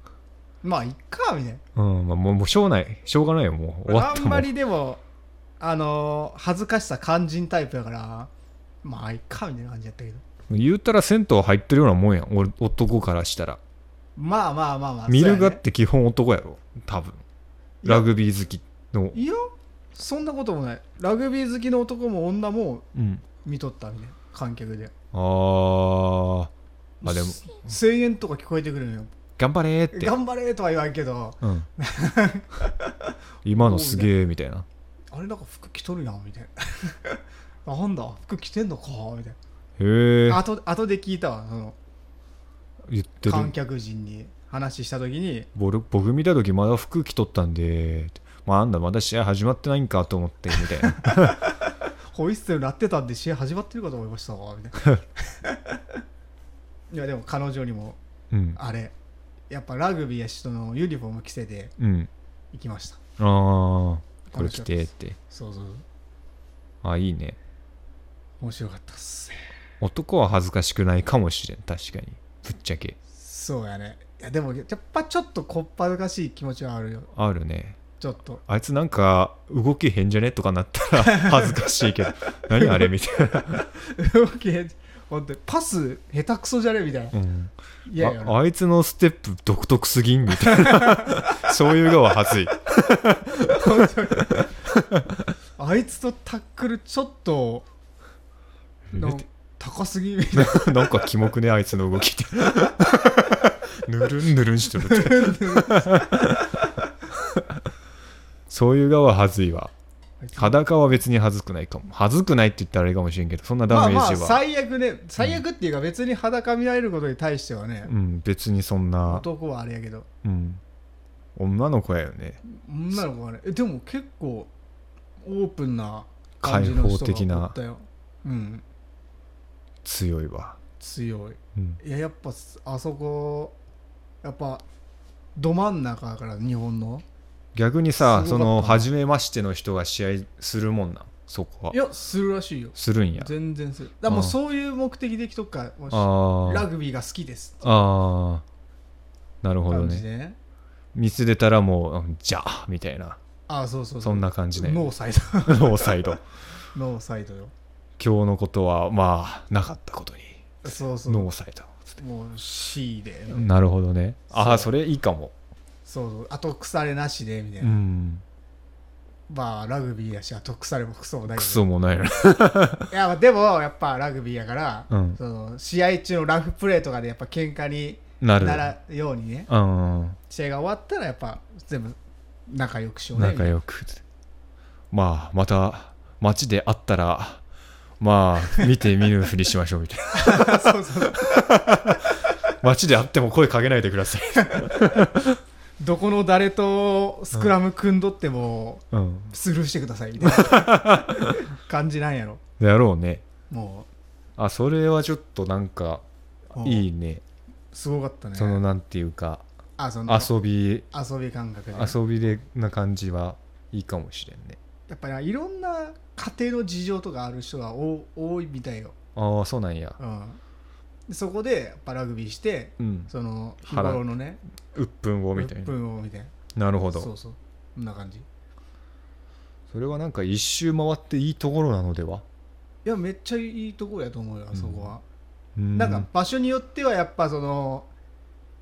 [SPEAKER 1] まあいっかみたい
[SPEAKER 2] うんまあ、もうもうしょうがないしょうがないよもう終
[SPEAKER 1] な
[SPEAKER 2] わ
[SPEAKER 1] あ
[SPEAKER 2] った
[SPEAKER 1] ん
[SPEAKER 2] もん
[SPEAKER 1] まりでもあのー恥ずかしさ肝心タイプやからまあいっかみたいな感じやったけど
[SPEAKER 2] 言うたら銭湯入ってるようなもんやん俺男からしたら
[SPEAKER 1] まあまあまあまあ
[SPEAKER 2] 見るが
[SPEAKER 1] そうや
[SPEAKER 2] っ
[SPEAKER 1] ね
[SPEAKER 2] て基本男やろ多分
[SPEAKER 1] いや
[SPEAKER 2] ラグビー好きの、
[SPEAKER 1] いやそんなこともないラグビー好きの男も女も
[SPEAKER 2] うん、
[SPEAKER 1] 見とったみたいな観客で
[SPEAKER 2] あーあでも
[SPEAKER 1] 声援とか聞こえてくるのよ
[SPEAKER 2] 頑張れーって、
[SPEAKER 1] 頑張れとは言わんけど
[SPEAKER 2] うん、今のすげえみたいな
[SPEAKER 1] あれなんか服着とるやんみたいな なんだ服着てんのかみたい
[SPEAKER 2] へえ
[SPEAKER 1] なあと後で聞いたわその
[SPEAKER 2] 言ってる
[SPEAKER 1] 観客陣に話した時に
[SPEAKER 2] 僕僕見た時まだ服着とったんでまああんだまだ試合始まってないんかと思ってみたいな
[SPEAKER 1] ホイッスル鳴ってたんで試合始まってるかと思いましたわみた いないやでも彼女にも
[SPEAKER 2] うん
[SPEAKER 1] あれやっぱラグビーやしそのユニフォーム着せて
[SPEAKER 2] うん
[SPEAKER 1] 行きました
[SPEAKER 2] ああこれ着てって
[SPEAKER 1] そうそう
[SPEAKER 2] あいいね
[SPEAKER 1] 面白かったっす
[SPEAKER 2] 男は恥ずかしくないかもしれん確かにぶっちゃけ
[SPEAKER 1] そうやねいやでもやっぱちょっとこっぱずかしい気持ちはあるよ
[SPEAKER 2] あるね
[SPEAKER 1] ちょっと
[SPEAKER 2] あいつなんか動き変じゃねとかなったら恥ずかしいけど何あれみたいな、
[SPEAKER 1] 動き本当にパス下手くそじゃねみたい な
[SPEAKER 2] うん、
[SPEAKER 1] いやいや
[SPEAKER 2] ああいつのステップ独特すぎんみた いなそういうのは恥ずい
[SPEAKER 1] あいつとタックルちょっとの高すぎみたい
[SPEAKER 2] ななんかキモくねあいつの動きってぬるんぬるんしてるっ て
[SPEAKER 1] な
[SPEAKER 2] そういう側は恥ずいわ裸は別に恥ずくないかも恥ずくないって言ったらあれかもしれんけどそんな
[SPEAKER 1] ま
[SPEAKER 2] ダ
[SPEAKER 1] あ
[SPEAKER 2] メージ
[SPEAKER 1] ま
[SPEAKER 2] は、
[SPEAKER 1] あ最悪ね最悪っていうか別に裸見られることに対してはね、
[SPEAKER 2] うん別にそんな、
[SPEAKER 1] 男はあれやけど
[SPEAKER 2] うん、女の子やよね
[SPEAKER 1] 女の子はねえでも結構オープンな感じの人
[SPEAKER 2] 開放的な
[SPEAKER 1] がおったよ、うん、
[SPEAKER 2] 強いわ、
[SPEAKER 1] 強い
[SPEAKER 2] うん、
[SPEAKER 1] いややっぱあそこやっぱど真ん中から日本の
[SPEAKER 2] 逆にさ
[SPEAKER 1] す
[SPEAKER 2] そ
[SPEAKER 1] ごかったな
[SPEAKER 2] の初めましての人が試合するもんなんそこはい
[SPEAKER 1] やするらしいよ
[SPEAKER 2] するんや
[SPEAKER 1] 全然するだからもう
[SPEAKER 2] ああ
[SPEAKER 1] そういう目的で来とくからもし
[SPEAKER 2] あ
[SPEAKER 1] ラ
[SPEAKER 2] ー
[SPEAKER 1] グビーが好きです
[SPEAKER 2] あーなるほど
[SPEAKER 1] 感じ
[SPEAKER 2] ね
[SPEAKER 1] でね
[SPEAKER 2] 見つれたらもううんじゃあみたいな
[SPEAKER 1] ああそうそう
[SPEAKER 2] そんな感じね
[SPEAKER 1] ノーサイド
[SPEAKER 2] ノーサイド
[SPEAKER 1] ノーサイドよ
[SPEAKER 2] 今日のことはまあなかったことに
[SPEAKER 1] そうそう
[SPEAKER 2] ノーサイド
[SPEAKER 1] もう C で、
[SPEAKER 2] なるほどねああ
[SPEAKER 1] そ
[SPEAKER 2] それいいかも
[SPEAKER 1] そうそうあと腐れなしでみたいうな、
[SPEAKER 2] ん
[SPEAKER 1] まあラグビーやしあと腐れもクソもないけど
[SPEAKER 2] クソもないな
[SPEAKER 1] いやまあでもやっぱラグビーやから、
[SPEAKER 2] うん
[SPEAKER 1] その試合中のラフプレーとかでやっぱ喧嘩に
[SPEAKER 2] なる
[SPEAKER 1] ならんようにね
[SPEAKER 2] うん
[SPEAKER 1] 試合が終わったらやっぱ全部仲良くしようねみた
[SPEAKER 2] 仲
[SPEAKER 1] いな
[SPEAKER 2] 良くまあまた街で会ったらまあ見て見ぬふりしましょうみ たいな
[SPEAKER 1] そうそう
[SPEAKER 2] 街で会っても声かけないでく ださい、
[SPEAKER 1] どこの誰とスクラム組んどっても
[SPEAKER 2] うん、
[SPEAKER 1] スルーしてくださいみたいな 感じなんやろ
[SPEAKER 2] やろうね
[SPEAKER 1] も
[SPEAKER 2] あそれはちょっとなんか
[SPEAKER 1] う
[SPEAKER 2] い
[SPEAKER 1] い
[SPEAKER 2] いね
[SPEAKER 1] すごかったね
[SPEAKER 2] そのなんていうか
[SPEAKER 1] あその
[SPEAKER 2] 遊び
[SPEAKER 1] 遊び感覚で
[SPEAKER 2] 遊びでな感じはいいかもしれんね
[SPEAKER 1] やっぱりいろんな家庭の事情とかある人が多多いみたいよ、
[SPEAKER 2] ああそうなんや
[SPEAKER 1] うん、でそこでやっぱラグビーして
[SPEAKER 2] うん
[SPEAKER 1] その日
[SPEAKER 2] 腹
[SPEAKER 1] 頃のね
[SPEAKER 2] 鬱憤をみたい
[SPEAKER 1] 鬱
[SPEAKER 2] な
[SPEAKER 1] 憤をみたいな
[SPEAKER 2] なるほど
[SPEAKER 1] そうそうこんな感じい
[SPEAKER 2] それはなんか一周回っていいところなのでは
[SPEAKER 1] やめっちゃいいところやと思うよあそこは、
[SPEAKER 2] な
[SPEAKER 1] なんか場所によってはやっぱその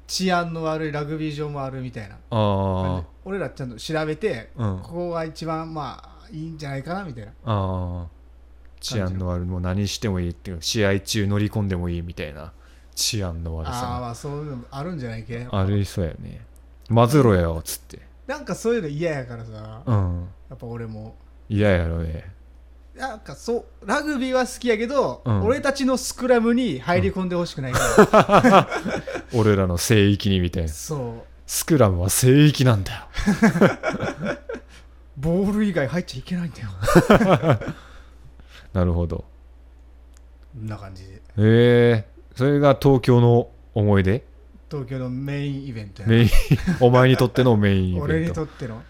[SPEAKER 1] 治安の悪いラグビー場もあるみたいな
[SPEAKER 2] あ
[SPEAKER 1] 俺らちゃんと調べて、
[SPEAKER 2] あ、うん、
[SPEAKER 1] こ
[SPEAKER 2] あ
[SPEAKER 1] こが一番まあいいんじゃないかなみたいな
[SPEAKER 2] あ治安の悪いもう何してもいいっていう試合中乗り込んでもいいみたいな治安の悪
[SPEAKER 1] ああ
[SPEAKER 2] さ
[SPEAKER 1] まあそういうのもあるんじゃないけ
[SPEAKER 2] ありそうやねまずろやよっつって
[SPEAKER 1] なんかそういうの嫌やからさや
[SPEAKER 2] うん
[SPEAKER 1] っぱ俺も
[SPEAKER 2] 嫌やろね
[SPEAKER 1] なんかそうラグビーは好きやけど、
[SPEAKER 2] うん
[SPEAKER 1] 俺たちのスクラムに入り込んでほしくないから、
[SPEAKER 2] 俺らの聖域にみたい な
[SPEAKER 1] そう
[SPEAKER 2] スクラムは聖域なんだよ
[SPEAKER 1] ボール以外入っちゃいけないんだよ
[SPEAKER 2] なるほど
[SPEAKER 1] こんな感じで
[SPEAKER 2] ええそれが東京の思い出
[SPEAKER 1] 東京のメインイベントやな
[SPEAKER 2] メイン お前にとってのメインイベント
[SPEAKER 1] 俺にとっての
[SPEAKER 2] な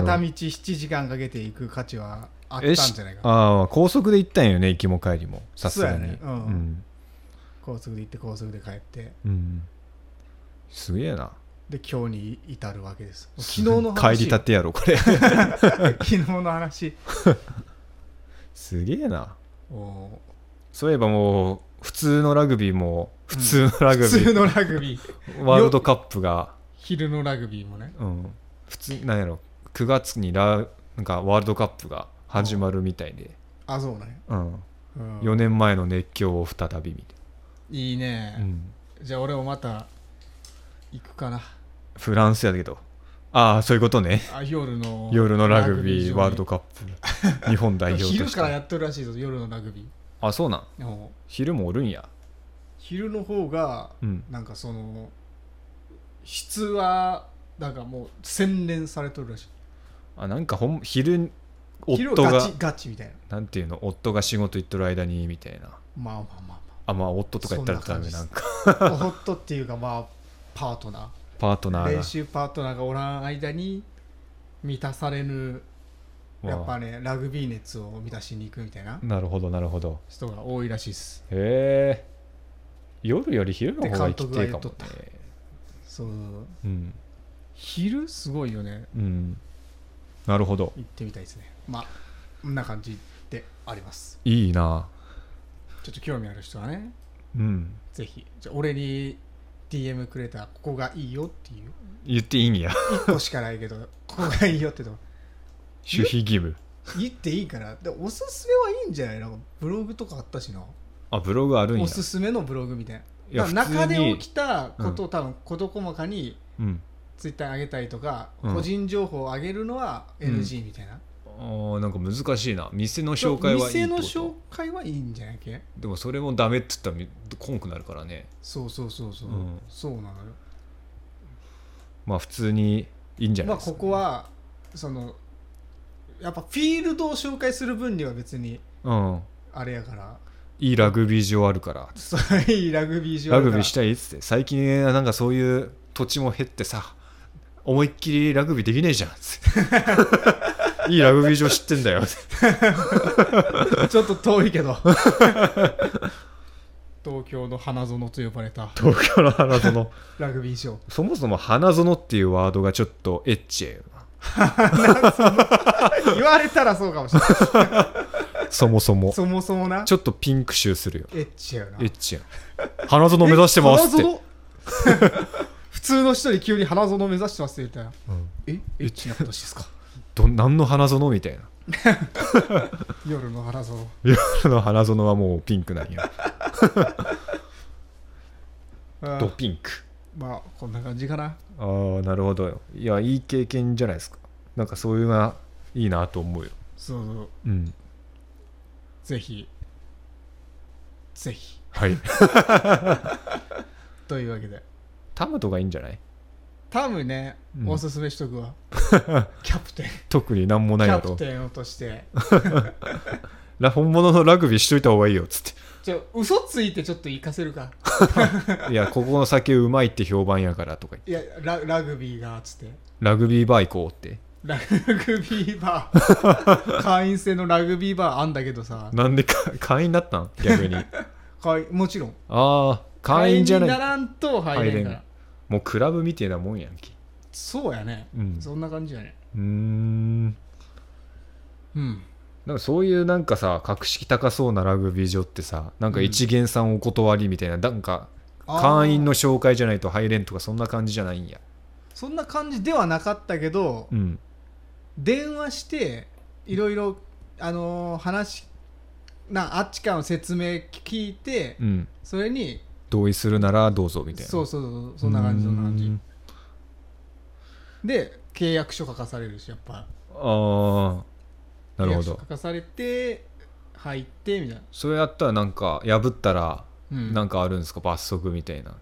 [SPEAKER 2] るほ
[SPEAKER 1] 片
[SPEAKER 2] ど
[SPEAKER 1] 道7時間かけて行く価値はあったん
[SPEAKER 2] え
[SPEAKER 1] じ
[SPEAKER 2] し
[SPEAKER 1] ゃないか
[SPEAKER 2] ああ高速で行ったんよね行きも帰りもさすがに
[SPEAKER 1] そうやねうん
[SPEAKER 2] うん
[SPEAKER 1] 高速で行って高速で帰って
[SPEAKER 2] うんすげえな
[SPEAKER 1] で今日に至るわけです昨日の話
[SPEAKER 2] 帰りたてやろこれ
[SPEAKER 1] 昨日の話
[SPEAKER 2] すげえな
[SPEAKER 1] おー
[SPEAKER 2] そういえばもう普通のラグビーも普通のラグ
[SPEAKER 1] 普
[SPEAKER 2] ビ
[SPEAKER 1] 通
[SPEAKER 2] ー、
[SPEAKER 1] のラグビー
[SPEAKER 2] ワールドカップが、
[SPEAKER 1] 昼のラグビーもね
[SPEAKER 2] うん、普通なんやろ9月にラなんかワールドカップが始まるみたいで、
[SPEAKER 1] あそうね
[SPEAKER 2] うん、
[SPEAKER 1] うん
[SPEAKER 2] 4年前の熱狂を再びみ
[SPEAKER 1] いい
[SPEAKER 2] たいな、う
[SPEAKER 1] ね、
[SPEAKER 2] ん
[SPEAKER 1] じゃあ俺もまた行くかな
[SPEAKER 2] フランスやけどああそういうことね
[SPEAKER 1] あ夜の
[SPEAKER 2] 夜のラグビーワールド
[SPEAKER 1] カ
[SPEAKER 2] カップ日本代表として
[SPEAKER 1] 昼からやってるらしいぞ夜のラグビ
[SPEAKER 2] あそうなん
[SPEAKER 1] ーうん
[SPEAKER 2] 昼もおるんや
[SPEAKER 1] 昼の方が
[SPEAKER 2] うん
[SPEAKER 1] なんかその質はなんかもう洗練されとるらしい
[SPEAKER 2] あなんかほん昼
[SPEAKER 1] 昼
[SPEAKER 2] 夫
[SPEAKER 1] はガ
[SPEAKER 2] が
[SPEAKER 1] チガチみたいな
[SPEAKER 2] なんていうの夫が仕事行っとる間にみたいな
[SPEAKER 1] まあまあま
[SPEAKER 2] あまあ夫とか言ったら
[SPEAKER 1] そんな
[SPEAKER 2] ダ
[SPEAKER 1] 感
[SPEAKER 2] メ
[SPEAKER 1] じ
[SPEAKER 2] なんか
[SPEAKER 1] あまあホットっていうかまあパートナ
[SPEAKER 2] パートナ
[SPEAKER 1] ー
[SPEAKER 2] ーが
[SPEAKER 1] 練習パートナーがおらん間に満たされぬ
[SPEAKER 2] わあ
[SPEAKER 1] やっぱねラグビー熱を満たしに行くみたいな
[SPEAKER 2] なるほどなるほど
[SPEAKER 1] 人が多いらしいです
[SPEAKER 2] へえ夜より昼の方が生きてえかも
[SPEAKER 1] って監督が言っとっ
[SPEAKER 2] ね
[SPEAKER 1] たそう
[SPEAKER 2] うん
[SPEAKER 1] 昼すごいよね
[SPEAKER 2] うんなるほど
[SPEAKER 1] 行ってみたいですねまあこんな感じであります
[SPEAKER 2] いいな
[SPEAKER 1] ちょっと興味ある人はね
[SPEAKER 2] うん
[SPEAKER 1] ぜひじゃあ俺に DM くれたここがいいよっていう
[SPEAKER 2] 言っていい んや
[SPEAKER 1] 1個しかないけど ここがいいよってとこ
[SPEAKER 2] 守秘義務
[SPEAKER 1] 言っていいかなでおすすめはいいんじゃないのブログとかあったしな
[SPEAKER 2] あブログあるんや
[SPEAKER 1] おすすめのブログみたい
[SPEAKER 2] い
[SPEAKER 1] な
[SPEAKER 2] や
[SPEAKER 1] だ
[SPEAKER 2] 普
[SPEAKER 1] から中
[SPEAKER 2] 通
[SPEAKER 1] で
[SPEAKER 2] に
[SPEAKER 1] 起きたことを多分事細かに
[SPEAKER 2] うん
[SPEAKER 1] ツイッターに上げたりとか、
[SPEAKER 2] うん
[SPEAKER 1] 個人情報を上げるのは NG みたいな、
[SPEAKER 2] あーなんか難しいな店の紹介はいい
[SPEAKER 1] 店
[SPEAKER 2] って
[SPEAKER 1] の
[SPEAKER 2] こ
[SPEAKER 1] 紹
[SPEAKER 2] と
[SPEAKER 1] 介はいいんじゃないっけ
[SPEAKER 2] でもそれもダメって言ったらみこんくなるからね
[SPEAKER 1] そうそうそうそう、
[SPEAKER 2] うん
[SPEAKER 1] そうなのよ
[SPEAKER 2] まあ普通にいいんじゃな
[SPEAKER 1] ま
[SPEAKER 2] い
[SPEAKER 1] あ
[SPEAKER 2] ですか、
[SPEAKER 1] ここはそのやっぱフィールドを紹介する分には別に
[SPEAKER 2] うん
[SPEAKER 1] あれやから
[SPEAKER 2] いいラグビー場あるから
[SPEAKER 1] そういいラグビー場
[SPEAKER 2] ラグビー
[SPEAKER 1] し
[SPEAKER 2] したいっつって最近ねなんかそういう土地も減ってさ思いっきりラグビーできねえじゃんっつ っていいラグビー場知ってんだよ
[SPEAKER 1] ちょっと遠いけ ど東京の花園と呼ばれた
[SPEAKER 2] 東京の花園
[SPEAKER 1] ラグビー場
[SPEAKER 2] そもそも花園っていうワードがちょっとエッチやよ
[SPEAKER 1] 言われたらそうかもしれ ない
[SPEAKER 2] なそもそも
[SPEAKER 1] そもそもな
[SPEAKER 2] ちょっとピンク臭するよ
[SPEAKER 1] エッチやよな
[SPEAKER 2] エッチやん花園目指してますって
[SPEAKER 1] 花園 普通の人に急に花園目指してますって言ったら
[SPEAKER 2] うん
[SPEAKER 1] えエッチな話ですか
[SPEAKER 2] ど何の花園みたいな
[SPEAKER 1] 夜の花園
[SPEAKER 2] 夜の花園はもうピンクなんや
[SPEAKER 1] あ
[SPEAKER 2] ド
[SPEAKER 1] ー
[SPEAKER 2] ピンク
[SPEAKER 1] まあこんな感じかな
[SPEAKER 2] ああなるほどよいやいい経験じゃないですかなんかそういうのがいいなと思うよ
[SPEAKER 1] そうそう
[SPEAKER 2] うん
[SPEAKER 1] ぜひぜひ
[SPEAKER 2] はい
[SPEAKER 1] というわけで
[SPEAKER 2] タムとかいいんじゃない
[SPEAKER 1] タムね、
[SPEAKER 2] うん
[SPEAKER 1] おすすめしと くわキャプテン
[SPEAKER 2] 特になんも
[SPEAKER 1] キ
[SPEAKER 2] ない
[SPEAKER 1] ャ
[SPEAKER 2] だ
[SPEAKER 1] プ
[SPEAKER 2] と
[SPEAKER 1] テン落として
[SPEAKER 2] ラ本物のラグビーしといた方がいいよっつっ
[SPEAKER 1] じゃ嘘ついてちょっと行かせるか
[SPEAKER 2] ていやここの酒うまいって評判やからとか言って
[SPEAKER 1] いやララグビーがつって
[SPEAKER 2] ラグビーバー行こうって
[SPEAKER 1] ラグビーバー 会員制のラグビーバーあんだけどさ
[SPEAKER 2] なんでか 会員だったん逆にあ
[SPEAKER 1] 会もちろん
[SPEAKER 2] あ会員じゃ
[SPEAKER 1] 会
[SPEAKER 2] な
[SPEAKER 1] に
[SPEAKER 2] い
[SPEAKER 1] ならんと入れんか
[SPEAKER 2] 入れん
[SPEAKER 1] ら
[SPEAKER 2] もうクラブみてえなもんやんけ
[SPEAKER 1] そうやね、
[SPEAKER 2] うん
[SPEAKER 1] そんな感じやね
[SPEAKER 2] うーん
[SPEAKER 1] うん
[SPEAKER 2] でもそういうなんかさ格式高そうなラグビー場ってさなんか一元さんお断りみたいな、なんか
[SPEAKER 1] あー
[SPEAKER 2] 会員の紹介じゃないと入れんとかそんな感じじゃないんや
[SPEAKER 1] そんな感じではなかったけど、
[SPEAKER 2] うん
[SPEAKER 1] 電話していろいろあのー話なあっちからの説明聞いて、
[SPEAKER 2] うん
[SPEAKER 1] それに
[SPEAKER 2] 同意するならどうぞみたいな
[SPEAKER 1] そうそうそうそんな感じそんな感
[SPEAKER 2] うー
[SPEAKER 1] じ
[SPEAKER 2] ん
[SPEAKER 1] で契約書書かされるしやっぱ
[SPEAKER 2] ああなるほ
[SPEAKER 1] 契約書
[SPEAKER 2] ど
[SPEAKER 1] 書かされて入ってみたいな、
[SPEAKER 2] それやったらなんか破ったら
[SPEAKER 1] うん、
[SPEAKER 2] なんかあるんですか罰則みたいな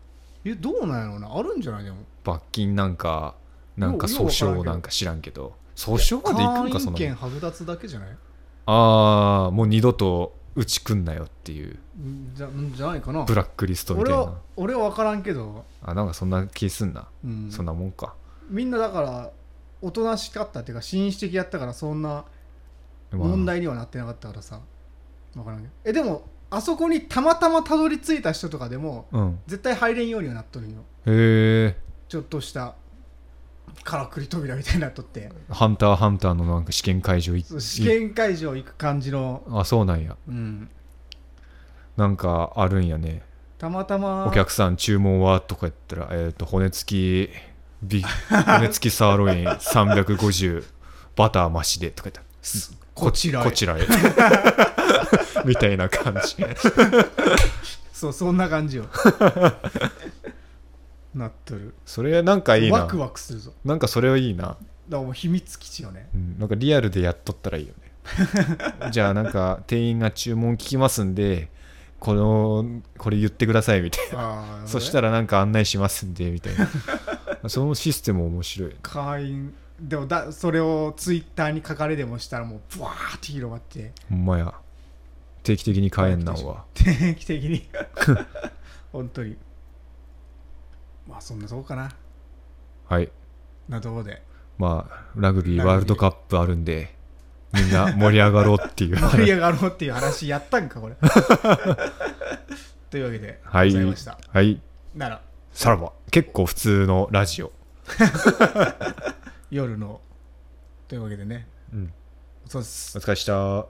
[SPEAKER 1] えどうなんやろうなあるんじゃないでも
[SPEAKER 2] 罰金なんかなんか
[SPEAKER 1] よう
[SPEAKER 2] 訴
[SPEAKER 1] ようわからんけど
[SPEAKER 2] 訟なんか知らんけど訴訟までいくんかそんな
[SPEAKER 1] 会員権
[SPEAKER 2] の
[SPEAKER 1] 剥奪だけじゃない
[SPEAKER 2] ああもう二度とうち来んなよっていうん
[SPEAKER 1] じゃんじゃないかな
[SPEAKER 2] ブラックリストみた
[SPEAKER 1] 俺
[SPEAKER 2] い
[SPEAKER 1] は
[SPEAKER 2] な
[SPEAKER 1] 俺は分からんけど、
[SPEAKER 2] あなんかそんな気すんな、
[SPEAKER 1] うん、
[SPEAKER 2] そんなもんか
[SPEAKER 1] みんなだからおとなしかったっていうか紳士的やったからそんな
[SPEAKER 2] まあ
[SPEAKER 1] 問題にはなってなかったからさ分からんけどえでもあそこにたまたまたどり着いた人とかでも
[SPEAKER 2] うん
[SPEAKER 1] 絶対入れんようにはなっとるんよ
[SPEAKER 2] へえ
[SPEAKER 1] ちょっとしたからくり扉みたいになっとって
[SPEAKER 2] 「ハンター×ハンター」のなんか試験会場行
[SPEAKER 1] そう試験会場行く感じの、
[SPEAKER 2] あそうなんや
[SPEAKER 1] うん、
[SPEAKER 2] なんかあるんやね
[SPEAKER 1] たまたま
[SPEAKER 2] お客さん注文はとか言ったら、えっ、と、骨付きビ、骨付きサーロイン350、バター増しでとか言ったら、
[SPEAKER 1] すこちらへ
[SPEAKER 2] こちらへ みたいな感じ
[SPEAKER 1] そうそんな感 じよなっとる
[SPEAKER 2] それなんかいいな
[SPEAKER 1] ワクワクするぞ
[SPEAKER 2] なんかそれはいいな、
[SPEAKER 1] だからもう秘密基地よね
[SPEAKER 2] うん、なんかリアルでやっとったらいいよ ねじゃあなんか店員が注文聞きますんでこのこれ言ってくださいみたい
[SPEAKER 1] あ
[SPEAKER 2] な
[SPEAKER 1] あ
[SPEAKER 2] そしたらなんか案内しますんでみたい なそのシステム面白いよね
[SPEAKER 1] 会員でもだそれをツイッターに書かれでもしたらもうブワーって広まって
[SPEAKER 2] ほんまや定期的に買えんなんは
[SPEAKER 1] 定期的に本当にまあそんなとこかな
[SPEAKER 2] はい
[SPEAKER 1] なとこで
[SPEAKER 2] まあラグビーワールドカップあるんでみんな盛り上がろうってい う
[SPEAKER 1] 盛り上がろうっていう話やったんかこれというわけで
[SPEAKER 2] は
[SPEAKER 1] ご
[SPEAKER 2] い
[SPEAKER 1] ざいました
[SPEAKER 2] はい
[SPEAKER 1] なら
[SPEAKER 2] さらば結構普通のラジオ、
[SPEAKER 1] 夜のというわけでね
[SPEAKER 2] うん、
[SPEAKER 1] そうです
[SPEAKER 2] お疲れっした